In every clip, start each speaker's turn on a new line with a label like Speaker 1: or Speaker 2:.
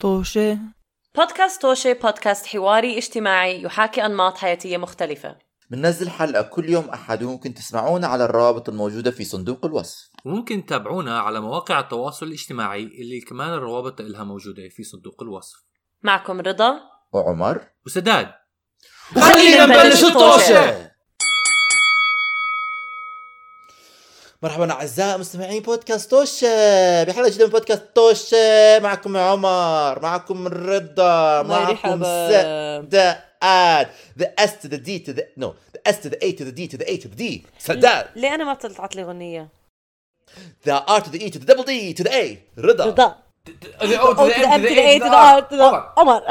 Speaker 1: طوشة
Speaker 2: بودكاست توشة بودكاست حواري اجتماعي يحاكي أنماط حياتية مختلفة
Speaker 3: بننزل حلقة كل يوم أحد وممكن تسمعونا على الروابط الموجودة في صندوق الوصف
Speaker 4: وممكن تتابعونا على مواقع التواصل الاجتماعي اللي كمان الروابط إلها موجودة في صندوق الوصف
Speaker 2: معكم رضا
Speaker 3: وعمر
Speaker 4: وسداد
Speaker 2: خلينا نبلش الطوشة.
Speaker 3: مرحبا أعزائي مستمعين بودكاست توشة بحلقة جديدة من بودكاست توشة معكم عمر معكم رضا معكم سداد The S to the D to the no the S to the A to the D to the A to the D سداد
Speaker 5: ليه انا ما طلعت لي غنيه؟
Speaker 3: The R to the E to the double D to the A رضا
Speaker 5: رضا Oh, او
Speaker 4: الطوشة
Speaker 5: تدعي تدعي تدعي تدعي عمر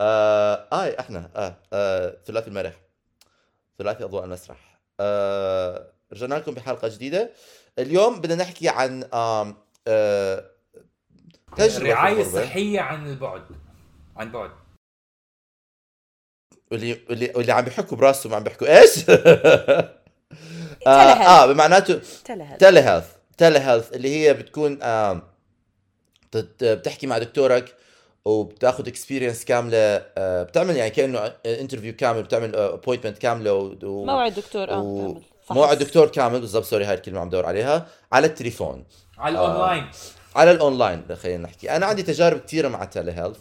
Speaker 3: آه آه احنا آه, آه ثلاثي المرح ثلاثي اضواء المسرح آه رجعنا لكم بحلقه جديده اليوم بدنا نحكي عن آم، آه تجربه في
Speaker 4: الرعاية
Speaker 3: الغربة.
Speaker 4: الصحية عن البعد عن بعد
Speaker 3: واللي واللي واللي عم بيحكوا براسهم عم بيحكوا ايش؟ آه,
Speaker 5: telehealth.
Speaker 3: اه بمعناته
Speaker 5: تلهل
Speaker 3: تيلي هيلث تيلي هيلث اللي هي بتكون آم، بت- بتحكي مع دكتورك وبتاخذ اكسبيرينس كامله آه، بتعمل يعني كانه انترفيو كامل بتعمل ابوينتمنت كامله و- و-
Speaker 5: موعد دكتور
Speaker 4: آه،
Speaker 5: اه
Speaker 3: و-
Speaker 5: بتعمل. فحص.
Speaker 3: موعد دكتور كامل بالضبط سوري هاي الكلمه عم دور عليها على التليفون
Speaker 4: على
Speaker 3: آه.
Speaker 4: الأونلاين
Speaker 3: على الاونلاين خلينا نحكي انا عندي تجارب كثيره مع تيلي هيلث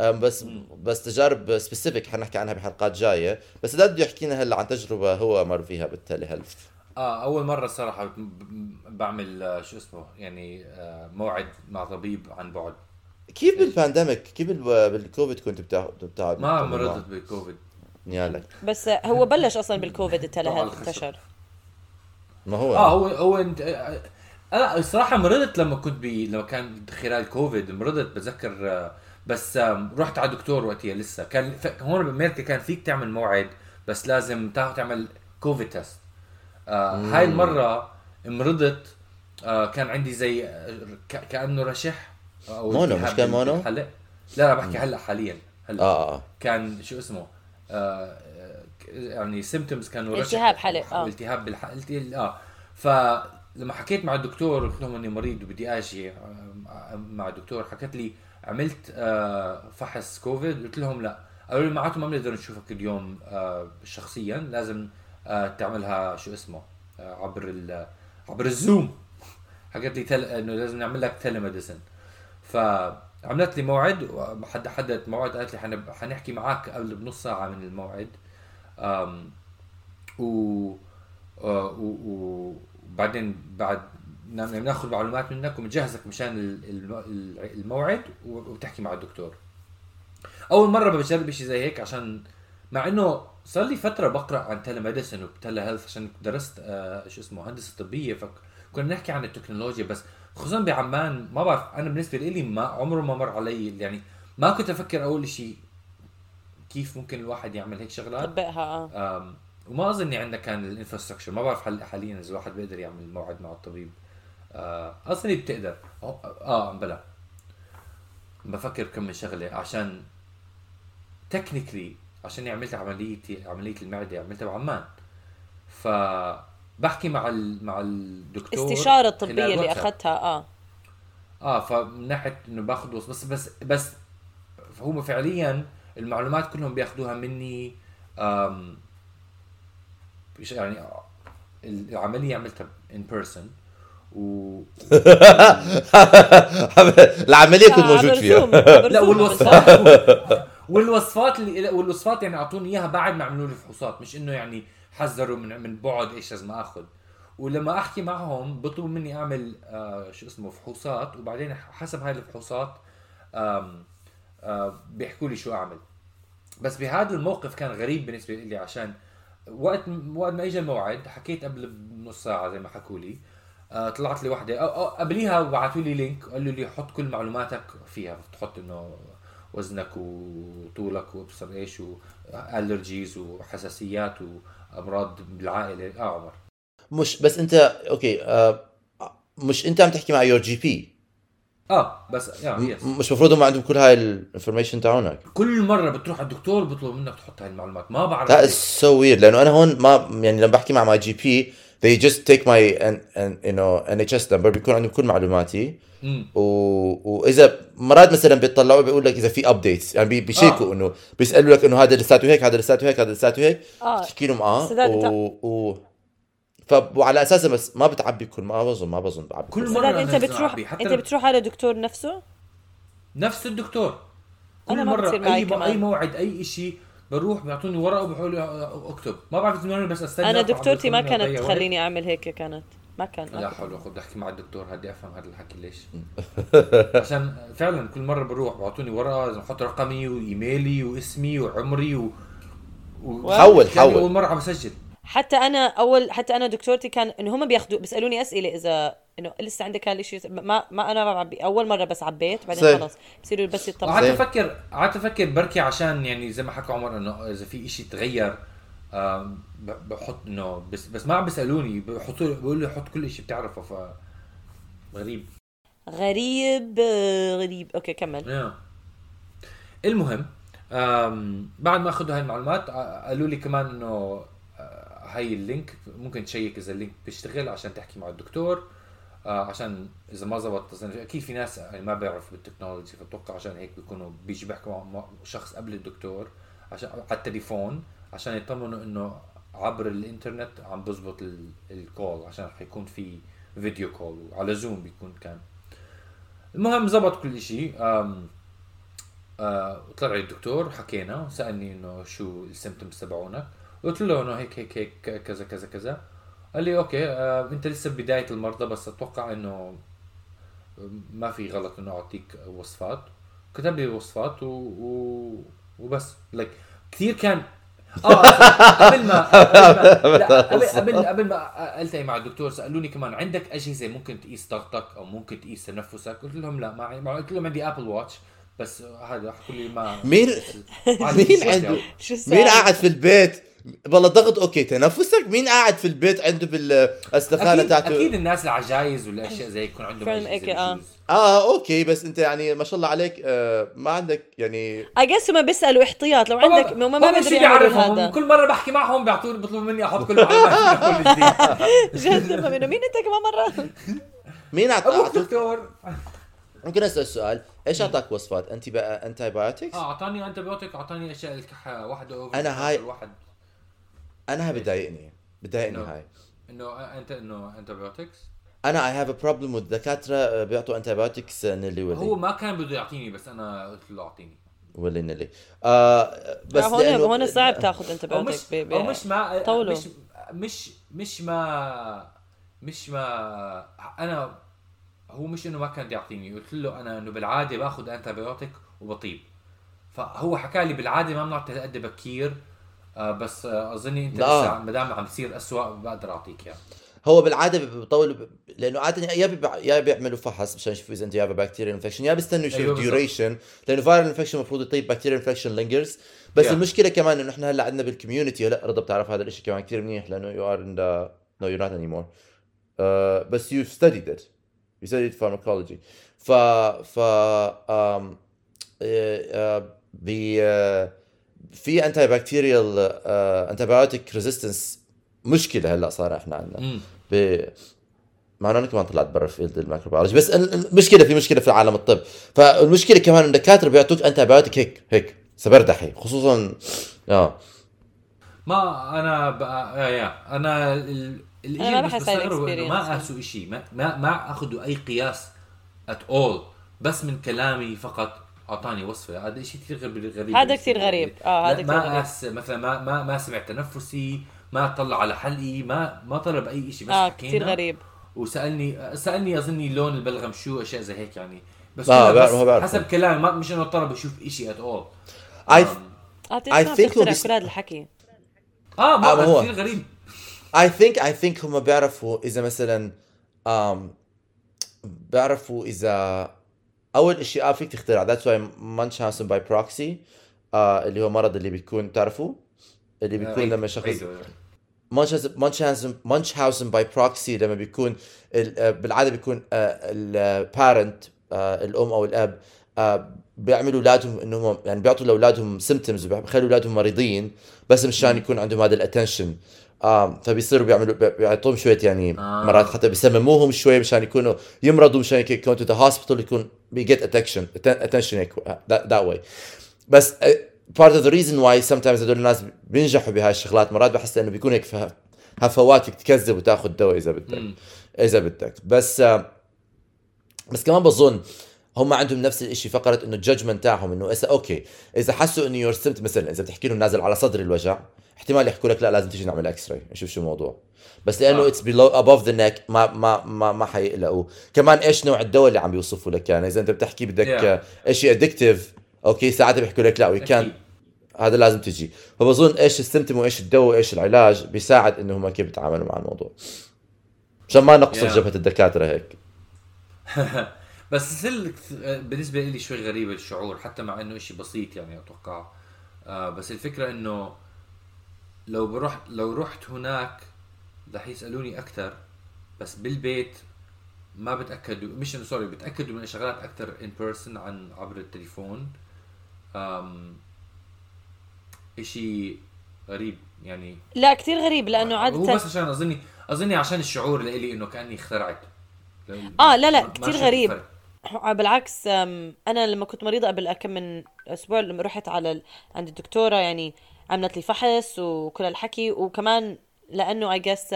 Speaker 3: أم، بس بس تجارب سبيسيفيك حنحكي عنها بحلقات جايه بس ده بده يحكي لنا هلا عن تجربه هو مر فيها بالتيلي هيلث
Speaker 4: آه أول مرة الصراحة ب- ب- بعمل آه، شو اسمه يعني آه، موعد مع طبيب عن بعد
Speaker 3: كيف بالبانديميك كيف بال- بالكوفيد كنت بتاخذ بتاخذ
Speaker 4: ما مرضت بالكوفيد
Speaker 3: يالك
Speaker 5: بس هو بلش اصلا بالكوفيد التلهل
Speaker 4: طبعاً.
Speaker 5: انتشر
Speaker 3: ما هو
Speaker 4: اه هو هو انت آه، انا الصراحه مرضت لما كنت بي لما كان خلال كوفيد مرضت بتذكر آه، بس آم، رحت على دكتور وقتها لسه كان ف- هون بامريكا كان فيك تعمل موعد بس لازم تاخذ تعمل كوفيد تيست آه هاي المره مرضت آه كان عندي زي آه، ك- كانه رشح آه، أو
Speaker 3: مونو،
Speaker 4: التهاب
Speaker 3: مش كان مونو؟
Speaker 4: بالحلق. لا لا بحكي هلا حاليا هلا
Speaker 3: اه اه
Speaker 4: كان شو اسمه آه، آه، ك- يعني سيمتومز كانوا
Speaker 5: التهاب حلق، آه.
Speaker 4: التهاب بالح... الت- اه فلما حكيت مع الدكتور قلت لهم اني مريض وبدي اجي آه، مع الدكتور حكت لي عملت آه، فحص كوفيد قلت لهم لا قالوا لي معناته ما بنقدر نشوفك اليوم آه، شخصيا لازم آه، تعملها شو اسمه آه، عبر ال... عبر الزوم حكت لي تل... انه لازم نعمل لك تيليميديسن فعملت لي موعد وحد حددت موعد قالت لي حن- حنحكي معك قبل بنص ساعه من الموعد أم و آه، و- و- وبعدين بعد بناخذ معلومات منك وبنجهزك مشان ال- الم- الموعد و- وبتحكي مع الدكتور اول مره بجرب شيء زي هيك عشان مع انه صار لي فتره بقرا عن تيليميديسن وتيلي هيلث عشان درست آه شو اسمه هندسه طبيه فكنا نحكي عن التكنولوجيا بس خصوصا بعمان ما بعرف انا بالنسبه لي ما عمره ما مر علي يعني ما كنت افكر اول شيء كيف ممكن الواحد يعمل هيك
Speaker 3: آه.
Speaker 4: شغلات
Speaker 5: طبقها اه
Speaker 4: أم، وما اظني عندنا كان الانفراستراكشر ما بعرف هلا حاليا اذا الواحد بيقدر يعمل موعد مع الطبيب آه، اظني بتقدر اه آه، بلا بفكر كم من شغله عشان تكنيكلي عشان عملت عمليه عمليه المعده عملتها بعمان ف بحكي مع ال... مع الدكتور
Speaker 5: استشاره
Speaker 4: خلال
Speaker 5: الطبيه اللي
Speaker 4: واتساب.
Speaker 5: اخذتها اه
Speaker 3: آه.
Speaker 4: اه فمن ناحيه انه باخذ وص- بس بس بس هم فعليا المعلومات كلهم بياخذوها مني آم بش- يعني العمليه عملتها ان بيرسون و
Speaker 3: العمليه كنت
Speaker 5: آه،
Speaker 3: موجود
Speaker 5: عبر
Speaker 3: فيها
Speaker 5: زوم، عبر
Speaker 4: لا
Speaker 5: زوم
Speaker 4: والوصفات والوصفات اللي لا، والوصفات يعني اعطوني اياها بعد ما عملوا لي فحوصات مش انه يعني حذروا من من بعد ايش لازم اخذ ولما احكي معهم بيطلبوا مني اعمل آه شو اسمه فحوصات وبعدين حسب هاي الفحوصات آم آه بيحكوا لي شو اعمل بس بهذا الموقف كان غريب بالنسبه لي عشان وقت وقت ما اجى الموعد حكيت قبل بنص ساعه زي ما حكوا لي آه، طلعت لي وحده أو- أو قبليها بعثوا لي لينك قالوا لي حط كل معلوماتك فيها تحط انه وزنك وطولك وابصر ايش والرجيز وحساسيات وامراض بالعائله اه عمر
Speaker 3: مش بس انت اوكي آه مش انت عم تحكي مع يور جي بي
Speaker 4: آه، اه بس آه يس
Speaker 3: مش المفروض هم عندهم كل هاي الانفورميشن تاعونك
Speaker 4: كل مره بتروح على الدكتور بيطلب منك تحط هاي المعلومات ما بعرف
Speaker 3: لا
Speaker 4: ليه.
Speaker 3: سو وير لانه انا هون ما يعني لما بحكي مع ماي جي بي they just take my and and you know NHS number بيكون عندهم كل معلوماتي
Speaker 4: مم.
Speaker 3: و... واذا مرات مثلا بيطلعوا بيقول لك اذا في ابديتس يعني بي- بيشيكوا
Speaker 4: آه.
Speaker 3: انه بيسالوا لك انه هذا لساته هيك هذا لساته هيك هذا لساته هيك
Speaker 5: اه
Speaker 3: تحكي لهم اه
Speaker 5: سداد
Speaker 3: و... و... ف... وعلى اساسها بس ما بتعبي كل ما بظن ما بظن بعبي
Speaker 4: كل
Speaker 3: كل
Speaker 4: مرة
Speaker 5: سداد
Speaker 4: أنا
Speaker 5: انت
Speaker 4: لازم
Speaker 5: بتروح
Speaker 4: أعبي، حتى
Speaker 5: انت
Speaker 4: لو-
Speaker 5: بتروح على دكتور نفسه
Speaker 4: نفس الدكتور كل
Speaker 5: أنا ما
Speaker 4: مره
Speaker 5: بتصير معي
Speaker 4: اي م...
Speaker 5: كمان.
Speaker 4: اي موعد اي شيء بروح بيعطوني ورقه وبقول اكتب ما بعرف إذا بدي بس استنى
Speaker 5: انا
Speaker 4: أطلع
Speaker 5: دكتورتي ما
Speaker 4: بيخلوني
Speaker 5: كانت
Speaker 4: أضيع
Speaker 5: تخليني اعمل هيك كانت ما كان
Speaker 4: لا
Speaker 5: ما
Speaker 3: أه؟
Speaker 4: حول ولا قوة بدي احكي مع الدكتور هدي افهم هذا الحكي ليش عشان فعلا كل مرة بروح بعطوني ورقة لازم احط رقمي وايميلي واسمي وعمري و... و...
Speaker 3: حول-
Speaker 4: يعني
Speaker 3: حول.
Speaker 4: اول مرة عم بسجل
Speaker 5: حتى انا اول حتى انا دكتورتي كان انه هم بياخذوا بيسالوني اسئله اذا انه لسه عندك هالشيء ما ما انا ما بعبي اول مره بس عبيت
Speaker 3: صحيح.
Speaker 5: بعدين خلص بصيروا بس يطلعوا
Speaker 4: قعدت
Speaker 3: زين.
Speaker 4: افكر قعدت افكر بركي عشان يعني زي ما حكى عمر انه اذا في شيء تغير آم، ب- بحط انه بس بس ما عم بيسالوني بحطوا لي بقول لي حط كل شيء بتعرفه ف غريب
Speaker 5: غريب آه، غريب اوكي كمل
Speaker 4: آه. المهم آم، بعد ما اخذوا هاي المعلومات آه، قالوا لي كمان انه آه، هاي اللينك ممكن تشيك اذا اللينك بيشتغل عشان تحكي مع الدكتور آه، عشان اذا ما زبط تصنيف- اكيد في ناس يعني ما بيعرفوا بالتكنولوجي فبتوقع عشان هيك بيكونوا بيجي بيحكوا مع- مع شخص قبل الدكتور عشان على التليفون عشان يطمنوا انه عبر الانترنت عم بزبط ال- الكول عشان حيكون في فيديو كول وعلى زوم بيكون كان المهم زبط كل شيء أم، آه، طلع لي الدكتور حكينا سالني انه شو السيمتومز تبعونك قلت له انه هيك هيك هيك ك- كذا كذا كذا قال لي اوكي آه، انت لسه بدايه المرضى بس اتوقع انه ما في غلط انه اعطيك وصفات كتب لي الوصفات و... و... وبس لك كثير كان اه قبل ما قبل ما لا، قبل- قبل قبل ما التقي مع الدكتور سالوني كمان عندك اجهزه ممكن تقيس ضغطك او ممكن تقيس تنفسك قلت لهم لا ما عندي قلت لهم عندي ابل واتش بس هذا حكوا لي ما
Speaker 3: مين
Speaker 4: ما عندي
Speaker 3: مين
Speaker 4: شيء
Speaker 3: عنده
Speaker 4: يعني.
Speaker 5: شو السالفة؟
Speaker 3: مين قاعد في البيت والله ضغط اوكي تنفسك مين قاعد في البيت عنده بالاستقاله
Speaker 4: اكيد
Speaker 3: تاعته
Speaker 4: اكيد الناس العجايز والاشياء زي يكون عندهم
Speaker 5: فعلاً هيك،
Speaker 4: أجهزة
Speaker 5: آه.
Speaker 4: issues.
Speaker 3: اه اوكي بس انت يعني ما شاء الله عليك آه ما عندك يعني
Speaker 5: I guess هم بيسالوا احتياط لو
Speaker 4: طبعاً
Speaker 5: عندك هم ما
Speaker 4: هم
Speaker 5: بدري
Speaker 4: شو
Speaker 5: يعملوا
Speaker 4: بيعرفهم
Speaker 5: هذا
Speaker 4: هم كل مره بحكي معهم بيعطوني بيطلبوا مني احط كل معلوماتي من أول جديد.
Speaker 5: جد هم انه مين انت كمان مره
Speaker 3: مين أعط-
Speaker 4: ابوك
Speaker 3: اعطوك
Speaker 4: دكتور
Speaker 3: ممكن اسال سؤال ايش اعطاك وصفات آه، انتي بقى انتي بايوتكس
Speaker 4: اه اعطاني انتبيوتيك اعطاني اشياء الكحه واحده اوفر
Speaker 3: أنا هاي-
Speaker 4: واحد
Speaker 3: انا هاي بتضايقني بتضايقني
Speaker 4: نعم.
Speaker 3: هاي
Speaker 4: انه انت انه انتبيوتكس
Speaker 3: انا اي هاف ا بروبلم والدكاتره آه، بيعطوا انتي بايوتكس نلي
Speaker 4: هو
Speaker 3: ولي
Speaker 4: ما كان بده يعطيني بس انا قلت له اعطيني
Speaker 3: ولي نلي آه
Speaker 5: بس
Speaker 3: بس
Speaker 5: هون
Speaker 3: لأنه-
Speaker 5: هون صعب تاخذ انت
Speaker 4: او مش
Speaker 5: بيوتك
Speaker 4: او مش ما
Speaker 5: طوله.
Speaker 4: مش مش مش ما مش ما انا هو مش انه ما كان بده يعطيني قلت له انا انه بالعاده باخذ انتبيوتيك وبطيب فهو حكى لي بالعاده ما بنعطي هالقد بكير آه بس آه اظني انت
Speaker 3: لا.
Speaker 4: لسه ما دام عم تصير اسوء بقدر اعطيك اياه
Speaker 3: هو بالعاده بيطولوا لانه عاده يا بيبع... يا بيعملوا فحص مشان يشوفوا اذا انت جايبه بكتيريا انفكشن يا بيستنوا
Speaker 4: أيوة
Speaker 3: يشوفوا
Speaker 4: بالضبط.
Speaker 3: ديوريشن لانه فايرال انفكشن المفروض يطيب بكتيريا انفكشن لينجرز بس
Speaker 4: Yeah.
Speaker 3: yeah. المشكله كمان انه احنا هلا عندنا بالكوميونتي هلا رضا بتعرف هذا الشيء كمان كثير منيح لانه يو ار ان ذا نو يو نوت اني مور آه، بس يو ستديد ات يو ستديد فارماكولوجي ف ف um, بي آه، في آه، انتي بكتيريال انتي بايوتيك ريزيستنس مشكله هلا صار احنا عندنا
Speaker 4: مم.
Speaker 3: ب مع انه انا كمان طلعت برا فيلد الميكروبيولوجي بس ال- المشكله في مشكله في عالم الطب فالمشكله كمان إن الدكاتره بيعطوك انتي بايوتيك هيك هيك سبردحي خصوصا اه
Speaker 4: ما انا بقى يا يا انا ال... الإشي
Speaker 5: أنا ما
Speaker 4: مش
Speaker 5: بحس هاي
Speaker 4: بستغربه إنه ما
Speaker 5: الexperience.
Speaker 4: اسوا شيء ما ما, ما اخذوا اي قياس ات اول بس من كلامي فقط اعطاني وصفه هذا شيء كثير غريب غريب
Speaker 5: هذا كتير غريب. آه، هذا
Speaker 4: لا،
Speaker 5: كتير غريب.
Speaker 4: ما أس... مثلا ما ما ما سمع تنفسي ما اطلع على حلقي ما ما طلب اي شيء بس
Speaker 5: اه
Speaker 4: حكينا.
Speaker 5: كثير غريب
Speaker 4: وسالني سالني اظني لون البلغم شو اشياء زي هيك يعني بس,
Speaker 3: آه،
Speaker 4: كلها
Speaker 3: بعرف-
Speaker 4: بس
Speaker 3: بعرف.
Speaker 4: حسب كلامي ما مش انه طلب يشوف شيء ات اول
Speaker 3: اي
Speaker 5: اه بتعرف
Speaker 3: think
Speaker 5: تخترع
Speaker 3: هو بيس-
Speaker 5: كل هذا الحكي
Speaker 4: اه
Speaker 3: آه، ما
Speaker 4: ما
Speaker 3: هو.
Speaker 4: كثير غريب
Speaker 3: اي ثينك اي ثينك هم بيعرفوا اذا مثلا um, بيعرفوا اذا اول اشي اه فيك تخترع ذاتس واي مانشهاوسن باي بروكسي آه، اللي هو مرض اللي بيكون تعرفوا اللي بيكون
Speaker 4: عيد-
Speaker 3: لما شخص
Speaker 4: عيد.
Speaker 3: مانشهاوسن مانشهاوسن مانشهاوسن باي بروكسي لما بيكون ال- آه، بالعاده بيكون البارنت الام او الاب آه، بيعملوا اولادهم انهم يعني بيعطوا لاولادهم سيمتومز وبيخلوا اولادهم مريضين بس مشان يكون عندهم هذا الاتنشن آه فبيصيروا بيعملوا بي- بيعطوهم شويه يعني
Speaker 4: آه.
Speaker 3: آه. مرات حتى بيسمموهم شوي مشان يكونوا يمرضوا مشان هيك يكونوا تو ذا هوسبيتال يكون بي جيت اتنشن اتنشن هيك آه، ذات واي بس أه، بارت اوف ذا ريزن واي سم تايمز هدول الناس بينجحوا بهاي الشغلات مرات بحس انه بيكون هيك فه- هفوات فيك تكذب وتاخذ دواء اذا بدك
Speaker 4: مم.
Speaker 3: اذا بدك بس آه، بس كمان بظن هم عندهم نفس الشيء فقره انه الجادجمنت تاعهم انه اذا اوكي اذا حسوا انه يور سمت مثلا اذا بتحكي لهم نازل على صدر الوجع احتمال يحكوا لك لا لازم تيجي نعمل اكس راي نشوف شو الموضوع بس لانه
Speaker 4: آه.
Speaker 3: اتس بيلو ابوف ذا نيك ما ما ما ما حيقلقوا كمان ايش نوع الدواء اللي عم بيوصفوا لك يعني اذا انت بتحكي بدك yeah. شيء ادكتيف اوكي ساعات بيحكوا لك لا وي كان
Speaker 4: أكيد.
Speaker 3: هذا لازم تجي فبظن ايش السمتم وايش الدواء وايش العلاج بيساعد انه هم كيف بيتعاملوا مع الموضوع عشان ما نقصر
Speaker 4: Yeah.
Speaker 3: yeah. جبهه الدكاتره هيك
Speaker 4: بس still بالنسبه لي شوي غريب الشعور حتى مع انه شيء بسيط يعني اتوقع آه بس الفكره انه لو بروح لو رحت هناك رح يسالوني اكثر بس بالبيت ما بتاكدوا مش انه سوري بتاكدوا من الشغلات اكثر ان بيرسون عن عبر التليفون أم اشي غريب يعني
Speaker 5: لا كثير غريب لانه
Speaker 4: هو
Speaker 5: عاده
Speaker 4: بس عشان اظني اظني عشان الشعور لإلي انه كاني اخترعت
Speaker 5: آه، لا، لا،
Speaker 4: ما- ما
Speaker 5: كتير
Speaker 4: شفت
Speaker 5: غريب.
Speaker 4: الفرق.
Speaker 5: بالعكس أم، انا لما كنت مريضه قبل كم من اسبوع لما رحت على ال- عند الدكتوره يعني عملت لي فحص وكل الحكي وكمان لانه اي جس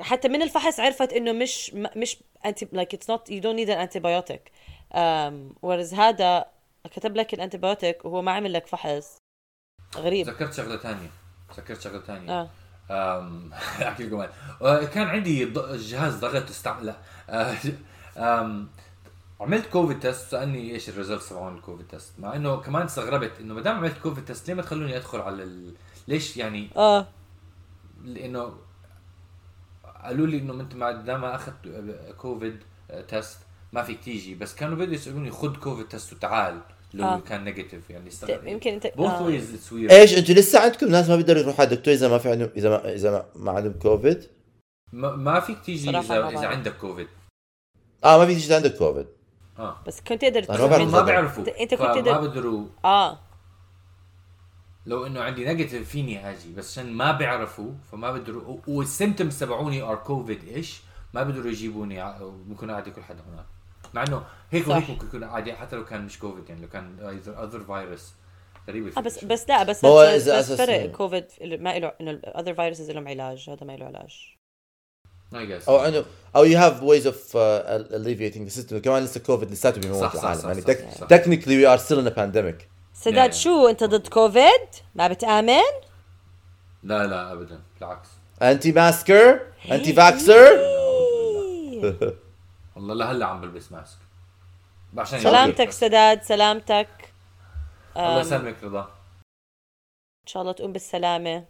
Speaker 5: حتى من الفحص عرفت انه مش م- مش انتي لايك اتس نوت يو دونت نيد ان انتيبيوتيك ورز هذا كتب لك الانتيبيوتيك وهو ما عمل لك فحص غريب
Speaker 4: تذكرت شغله ثانيه تذكرت شغله ثانيه
Speaker 5: اه
Speaker 4: أم، احكي لكم آه، كان عندي ض- جهاز ضغط استعمل لا آه، أم، عملت كوفيد تيست سالني ايش الريزلتس تبعون الكوفيد تيست مع انه كمان استغربت انه ما دام عملت كوفيد تيست ليه ما تخلوني ادخل على ال... ليش يعني
Speaker 5: اه
Speaker 4: لانه قالوا لي انه انت ما دام ما اخذت كوفيد تيست ما فيك تيجي بس كانوا بدهم يسالوني خذ كوفيد تيست وتعال لو
Speaker 5: آه.
Speaker 4: آه. كان نيجاتيف يعني استغرب
Speaker 5: يمكن انت
Speaker 4: بوث
Speaker 5: آه.
Speaker 4: ويز اتس ويرد
Speaker 3: ايش انتوا لسه عندكم ناس ما بيقدروا يروحوا على الدكتور اذا ما في عندهم اذا ما اذا ما, ما عندهم كوفيد
Speaker 4: ما ما فيك تيجي
Speaker 5: صراحة
Speaker 4: اذا
Speaker 5: ما
Speaker 4: اذا
Speaker 5: بعرف.
Speaker 4: عندك كوفيد
Speaker 3: اه ما في شيء عندك كوفيد
Speaker 4: اه
Speaker 5: بس كنت تقدر
Speaker 3: أنا ما
Speaker 5: تروح
Speaker 3: بعرف
Speaker 5: من-
Speaker 4: ما
Speaker 3: بالضبط.
Speaker 4: بيعرفوا
Speaker 5: أنت- أنت كنت
Speaker 4: فما
Speaker 5: تقدر-
Speaker 4: بقدروا
Speaker 5: اه
Speaker 4: لو انه عندي نيجاتيف فيني اجي بس عشان ما بيعرفوا فما بقدروا والسيمتومز تبعوني ار كوفيد ايش ما بقدروا يجيبوني ع- ممكن اعدي كل حدا هناك مع انه هيك
Speaker 5: صح.
Speaker 4: وهيك ممكن يكون عادي حتى لو كان مش كوفيد يعني لو كان اذر فيروس غريبة
Speaker 5: اه
Speaker 4: الفكرة
Speaker 5: بس
Speaker 4: شوي.
Speaker 5: بس لا بس
Speaker 3: ما هو
Speaker 5: بس,
Speaker 3: إذا
Speaker 5: بس
Speaker 3: أساس-
Speaker 5: فرق كوفيد ما له انه الاذر فيروسز لهم علاج هذا ما له علاج
Speaker 4: I guess.
Speaker 3: او عندهم او يو هاف ويز اوف uh, alleviating the system كمان لسه كوفيد لساته بيموت
Speaker 4: صح، صح،
Speaker 3: العالم
Speaker 4: صح،
Speaker 3: يعني
Speaker 4: صح، صح.
Speaker 3: تكنيكلي وي ار ستيل ان بانديميك
Speaker 5: سداد
Speaker 4: Yeah.
Speaker 5: شو انت ضد كوفيد؟ ما بتآمن؟
Speaker 4: لا لا ابدا بالعكس
Speaker 3: انتي ماسكر انتي فاكسر
Speaker 5: إيه.
Speaker 4: والله لهلا عم بلبس ماسك عشان
Speaker 5: سلامتك سداد سلامتك
Speaker 4: الله
Speaker 5: آم،
Speaker 4: يسلمك رضا
Speaker 5: ان شاء الله تقوم بالسلامة
Speaker 3: ان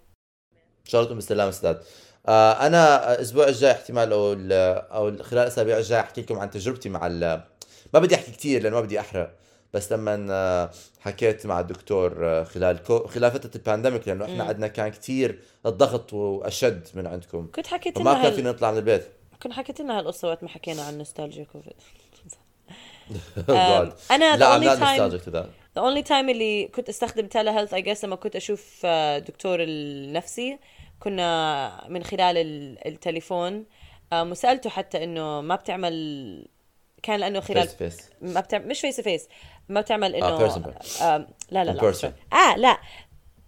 Speaker 3: شاء الله تكون بالسلامه سداد آه انا الاسبوع الجاي احتمال او ال- او ال- خلال الاسابيع الجايه احكي لكم عن تجربتي مع ال- ما بدي احكي كثير لانه ما بدي احرق بس لما آه، حكيت مع الدكتور آه، خلال كو خلال فتره البانديميك لانه احنا
Speaker 5: مم.
Speaker 3: عندنا كان كثير الضغط واشد من عندكم
Speaker 5: كنت حكيت
Speaker 3: فما
Speaker 5: لنا
Speaker 3: كان
Speaker 5: هال...
Speaker 3: فينا نطلع من البيت
Speaker 5: كنت حكيت لنا هالقصة وقت ما حكينا عن نوستالجيا كوفيد
Speaker 3: Oh God.
Speaker 5: انا
Speaker 3: لا
Speaker 5: the
Speaker 3: I'm
Speaker 5: آه، only
Speaker 3: not
Speaker 5: time
Speaker 3: nostalgic to that
Speaker 5: the only time اللي كنت استخدم تيلي هيلث اي جس لما كنت اشوف آه، دكتور النفسي كنا من خلال ال- التليفون آم، وسالته حتى انه ما بتعمل كان لانه خلال
Speaker 3: face to face
Speaker 5: ما بتعمل مش فيس تو فيس ما بتعمل انه
Speaker 3: آه، person by-
Speaker 5: آم، لا لا
Speaker 3: in
Speaker 5: لا
Speaker 3: person.
Speaker 5: sorry. اه لا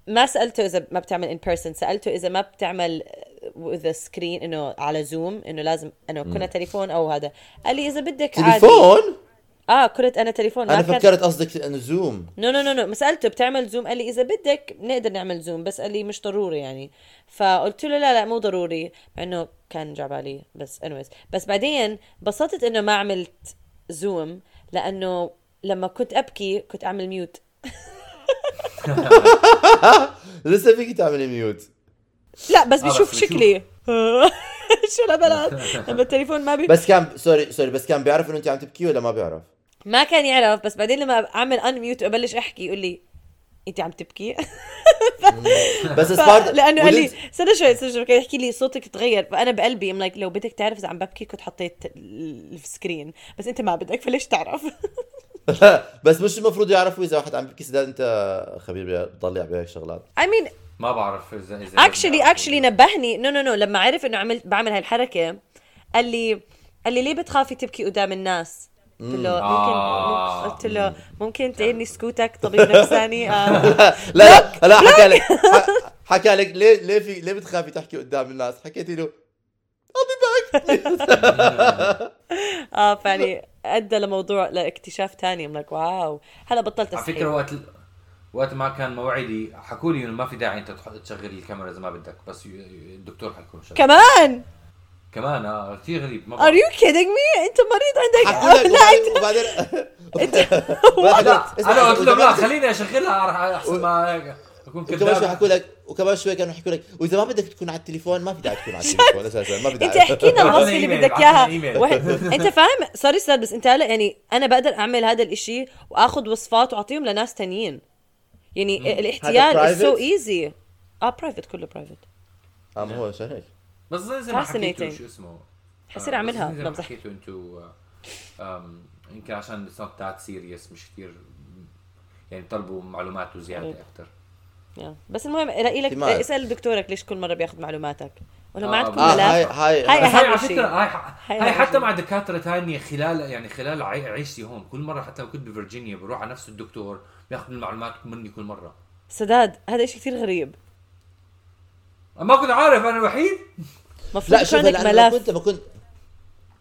Speaker 5: ما سالته اذا ما بتعمل ان بيرسون سالته اذا ما بتعمل وذ سكرين انه على زوم انه لازم انه كنا تليفون او هذا قال لي اذا بدك عادي
Speaker 3: Mm. تليفون
Speaker 5: اه كنت انا تليفون ما
Speaker 3: انا
Speaker 5: كان-
Speaker 3: فكرت قصدك انه زوم
Speaker 5: نو نو نو نو ما سالته بتعمل زوم قال لي اذا بدك نقدر نعمل زوم بس قال لي مش ضروري يعني فقلت له لا لا مو ضروري مع انه كان جعبالي بس anyways بس بعدين انبسطت انه ما عملت زوم لانه لما كنت ابكي كنت اعمل ميوت
Speaker 3: لسه فيك تعملي ميوت
Speaker 5: لا بس
Speaker 4: بس
Speaker 5: بشوف
Speaker 4: بشوف.
Speaker 5: شكلي شو الهبلات لما التليفون ما بي
Speaker 3: بس كان سوري سوري بس كان بيعرف انه انت عم تبكي ولا ما بيعرف
Speaker 5: ما كان يعرف بس بعدين لما اعمل ان ميوت وابلش احكي يقول لي انت عم تبكي
Speaker 3: بس it's
Speaker 5: ف-
Speaker 3: part-
Speaker 5: لانه قال لي
Speaker 3: wouldn't-
Speaker 5: استنى شوي استنى شوي كان يحكي لي صوتك تغير فانا بقلبي ام لايك لو بدك تعرف اذا عم ببكي كنت حطيت ال- السكرين بس انت ما بدك فليش تعرف
Speaker 3: بس مش المفروض يعرفوا اذا واحد عم بيبكي سداد انت خبير بتطلع بهيك شغلات
Speaker 5: اي مين
Speaker 4: ما بعرف اذا اذا
Speaker 5: اكشلي اكشلي نبهني نو نو نو لما عرف انه عملت بعمل هالحركه قال لي قال لي ليه بتخافي تبكي قدام الناس؟ قلت له
Speaker 4: آه.
Speaker 5: ممكن قلت له ممكن تعيني سكوتك طبيب نفساني آه.
Speaker 3: لا لا لا حكى لك ح- حكى لك ليه ليه في ليه بتخافي تحكي قدام الناس حكيتي له
Speaker 5: اه فيعني ادى لموضوع لاكتشاف تاني I'm like واو هلا بطلت
Speaker 4: على
Speaker 5: استحي
Speaker 4: فكره وقت وقت ما كان موعدي حكوا لي انه ما في داعي انت تح- تشغل الكاميرا اذا ما بدك بس ي- ي- الدكتور حيكون شغال
Speaker 5: كمان
Speaker 4: كمان اه كثير غريب ما
Speaker 5: ار
Speaker 4: بعرف.
Speaker 5: يو kidding مي انت مريض عندك
Speaker 3: حكوا لك وبعدين- وبعدين
Speaker 4: لا
Speaker 3: اسمع،
Speaker 4: انا قلت لهم لا
Speaker 3: وكمان-
Speaker 4: خليني اشغلها راح احسن ما هيك اكون
Speaker 3: وكمان شوي
Speaker 4: كذاب
Speaker 3: حكوا لك وكمان شوي كانوا يحكوا لك واذا ما بدك تكون على التليفون ما في داعي تكون على التليفون اساسا ما في داعي
Speaker 5: انت احكينا الوصفه
Speaker 4: أعطونا
Speaker 5: اللي
Speaker 4: إيميل،
Speaker 5: بدك
Speaker 4: أعطونا
Speaker 5: اياها
Speaker 4: إيميل.
Speaker 5: واحد انت فاهم سوري استاذ بس انت هلا يعني انا بقدر اعمل هذا الاشي واخذ وصفات واعطيهم لناس تانيين يعني الاحتيال
Speaker 3: هذا
Speaker 5: از سو
Speaker 3: private؟
Speaker 5: ايزي اه برايفت كله برايفت
Speaker 3: اه ما هو عشان هيك
Speaker 4: بس زي زي ما حكيتوا
Speaker 5: Fascinating.
Speaker 4: شو اسمه
Speaker 5: حصير
Speaker 4: آه،
Speaker 5: أعملها،
Speaker 4: بس زي ما
Speaker 5: بمزح.
Speaker 4: حكيتوا انتوا آه، آم، يمكن عشان اتس نوت ذات سيريس مش كثير يعني طلبوا معلومات وزياده
Speaker 5: طيب.
Speaker 4: اكثر
Speaker 5: يا. بس المهم رأي لك
Speaker 3: احتمال.
Speaker 5: اسال دكتورك ليش كل مره بياخذ معلوماتك ولا ما
Speaker 4: آه،
Speaker 5: عندكم
Speaker 4: آه،
Speaker 3: هاي
Speaker 5: ملاك
Speaker 3: هاي
Speaker 5: هاي
Speaker 4: بس هاي على
Speaker 5: أهم شيء.
Speaker 4: فكره هاي ح-
Speaker 5: هاي
Speaker 4: هاي
Speaker 5: أهم
Speaker 4: حتى
Speaker 5: شيء.
Speaker 4: مع دكاتره ثانيه خلال يعني خلال عي- عيشتي هون كل مره حتى لو كنت بفرجينيا بروح على نفس الدكتور بياخذ المعلومات مني كل مره
Speaker 5: سداد هذا اشي كثير غريب
Speaker 4: ما كنت عارف انا الوحيد
Speaker 5: مفروض
Speaker 3: لا
Speaker 5: يكون
Speaker 3: شوف
Speaker 5: عندك
Speaker 3: انا لما
Speaker 5: ملاف
Speaker 3: كنت بكون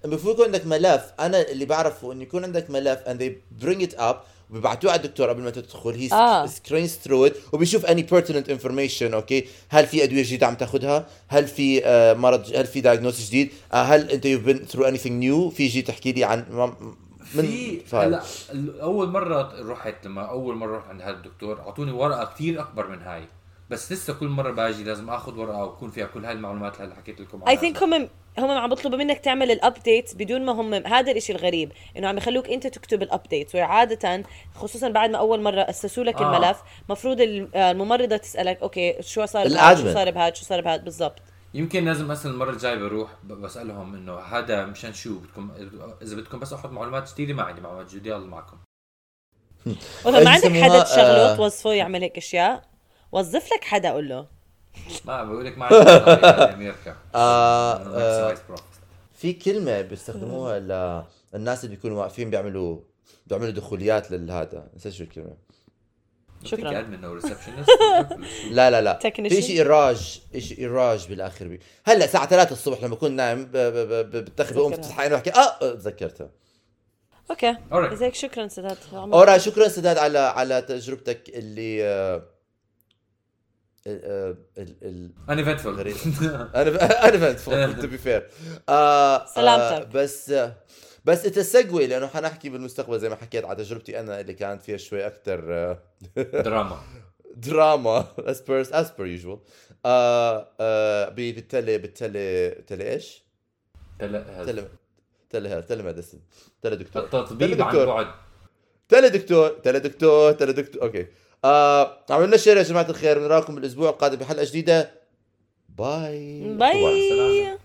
Speaker 3: المفروض يكون عندك ملف انا اللي بعرفه انه يكون عندك ملف and they bring it up وبيبعتوه على الدكتور قبل ما تدخل هي
Speaker 5: آه.
Speaker 3: سكرينز ثرو ات وبيشوف اني بيرتننت انفورميشن اوكي هل في ادويه جديده عم تاخذها هل في آه، مرض هل في دايجنوس جديد آه، هل انت you've been through anything new في شيء تحكي لي عن ما- من
Speaker 4: في
Speaker 3: فاهم؟
Speaker 4: هلا ال- اول مره رحت لما اول مره رحت عند هذا الدكتور اعطوني ورقه كثير اكبر من هاي بس لسه كل مره باجي لازم اخذ ورقه ويكون فيها كل هاي المعلومات اللي حكيت لكم
Speaker 5: اي
Speaker 4: عنها.
Speaker 5: ثينك هم هم عم بيطلبوا منك تعمل الابديتس بدون ما هم هذا الاشي الغريب انه عم يخلوك انت تكتب الابديتس وعاده خصوصا بعد ما اول مره اسسوا لك
Speaker 4: آه.
Speaker 5: آه. الملف مفروض ال- آه، الممرضه تسالك اوكي شو صار بهاد
Speaker 3: الأدمن.
Speaker 5: شو
Speaker 3: أه،
Speaker 5: صار بهاد شو صار بهاد بالضبط
Speaker 4: يمكن لازم مثلا المره الجايه بروح ب- بسالهم انه هذا مشان شو بدكم اذا بدكم بس احط معلومات جديده ما عندي معلومات جديده يلا معكم
Speaker 5: والله ما عندك
Speaker 3: يسموها،
Speaker 5: حدا تشغله
Speaker 3: آه.
Speaker 5: توظفه يعمل هيك اشياء وظف لك حدا قول له
Speaker 4: ما بقول لك ما عندي معلومات امريكا
Speaker 3: آه،
Speaker 4: Maximize profit.
Speaker 3: في كلمة بيستخدموها للناس اللي بيكونوا واقفين بيعملوا بيعملوا دخوليات للهذا نسيت شو الكلمة
Speaker 5: شكراً.
Speaker 4: بدك ادمن او receptionist؟
Speaker 3: لا لا لا
Speaker 5: Technician؟
Speaker 3: في شيء إراج شيء إراج بالآخر بي. هلا الساعة 3 الصبح لما كنت نايم ب- ب- ب- ب- بتخبي بقوم
Speaker 5: تذكرها.
Speaker 3: بفتح عيني بحكي اه تذكرتها
Speaker 5: اوكي
Speaker 4: Alright.
Speaker 5: اذا هيك شكرا سداد عمر.
Speaker 3: اورا شكرا سداد على على تجربتك اللي آه، ال- آه، ال- ال-
Speaker 4: انا
Speaker 3: غريب.
Speaker 4: فيتفل
Speaker 3: انا انا فهمت تو بي فير
Speaker 5: سلامتك.
Speaker 3: بس آه، بس انت سجوي لانه حنحكي بالمستقبل زي ما حكيت على تجربتي انا اللي كانت فيها شوي اكثر آه،
Speaker 4: دراما
Speaker 3: دراما as per as per usual آه، آه، ب- بالتلي بالتلي تلي ايش؟
Speaker 4: تل-
Speaker 3: تلي تلي هيلث تلي ميديسن تلي دكتور
Speaker 4: التطبيب عن
Speaker 3: دكتور.
Speaker 4: بعد
Speaker 3: تلي دكتور تلي دكتور تلي دكتور اوكي آه عملنا شير يا جماعه الخير نراكم الاسبوع القادم بحلقه جديده باي
Speaker 5: باي
Speaker 4: طبعاً، سلامة.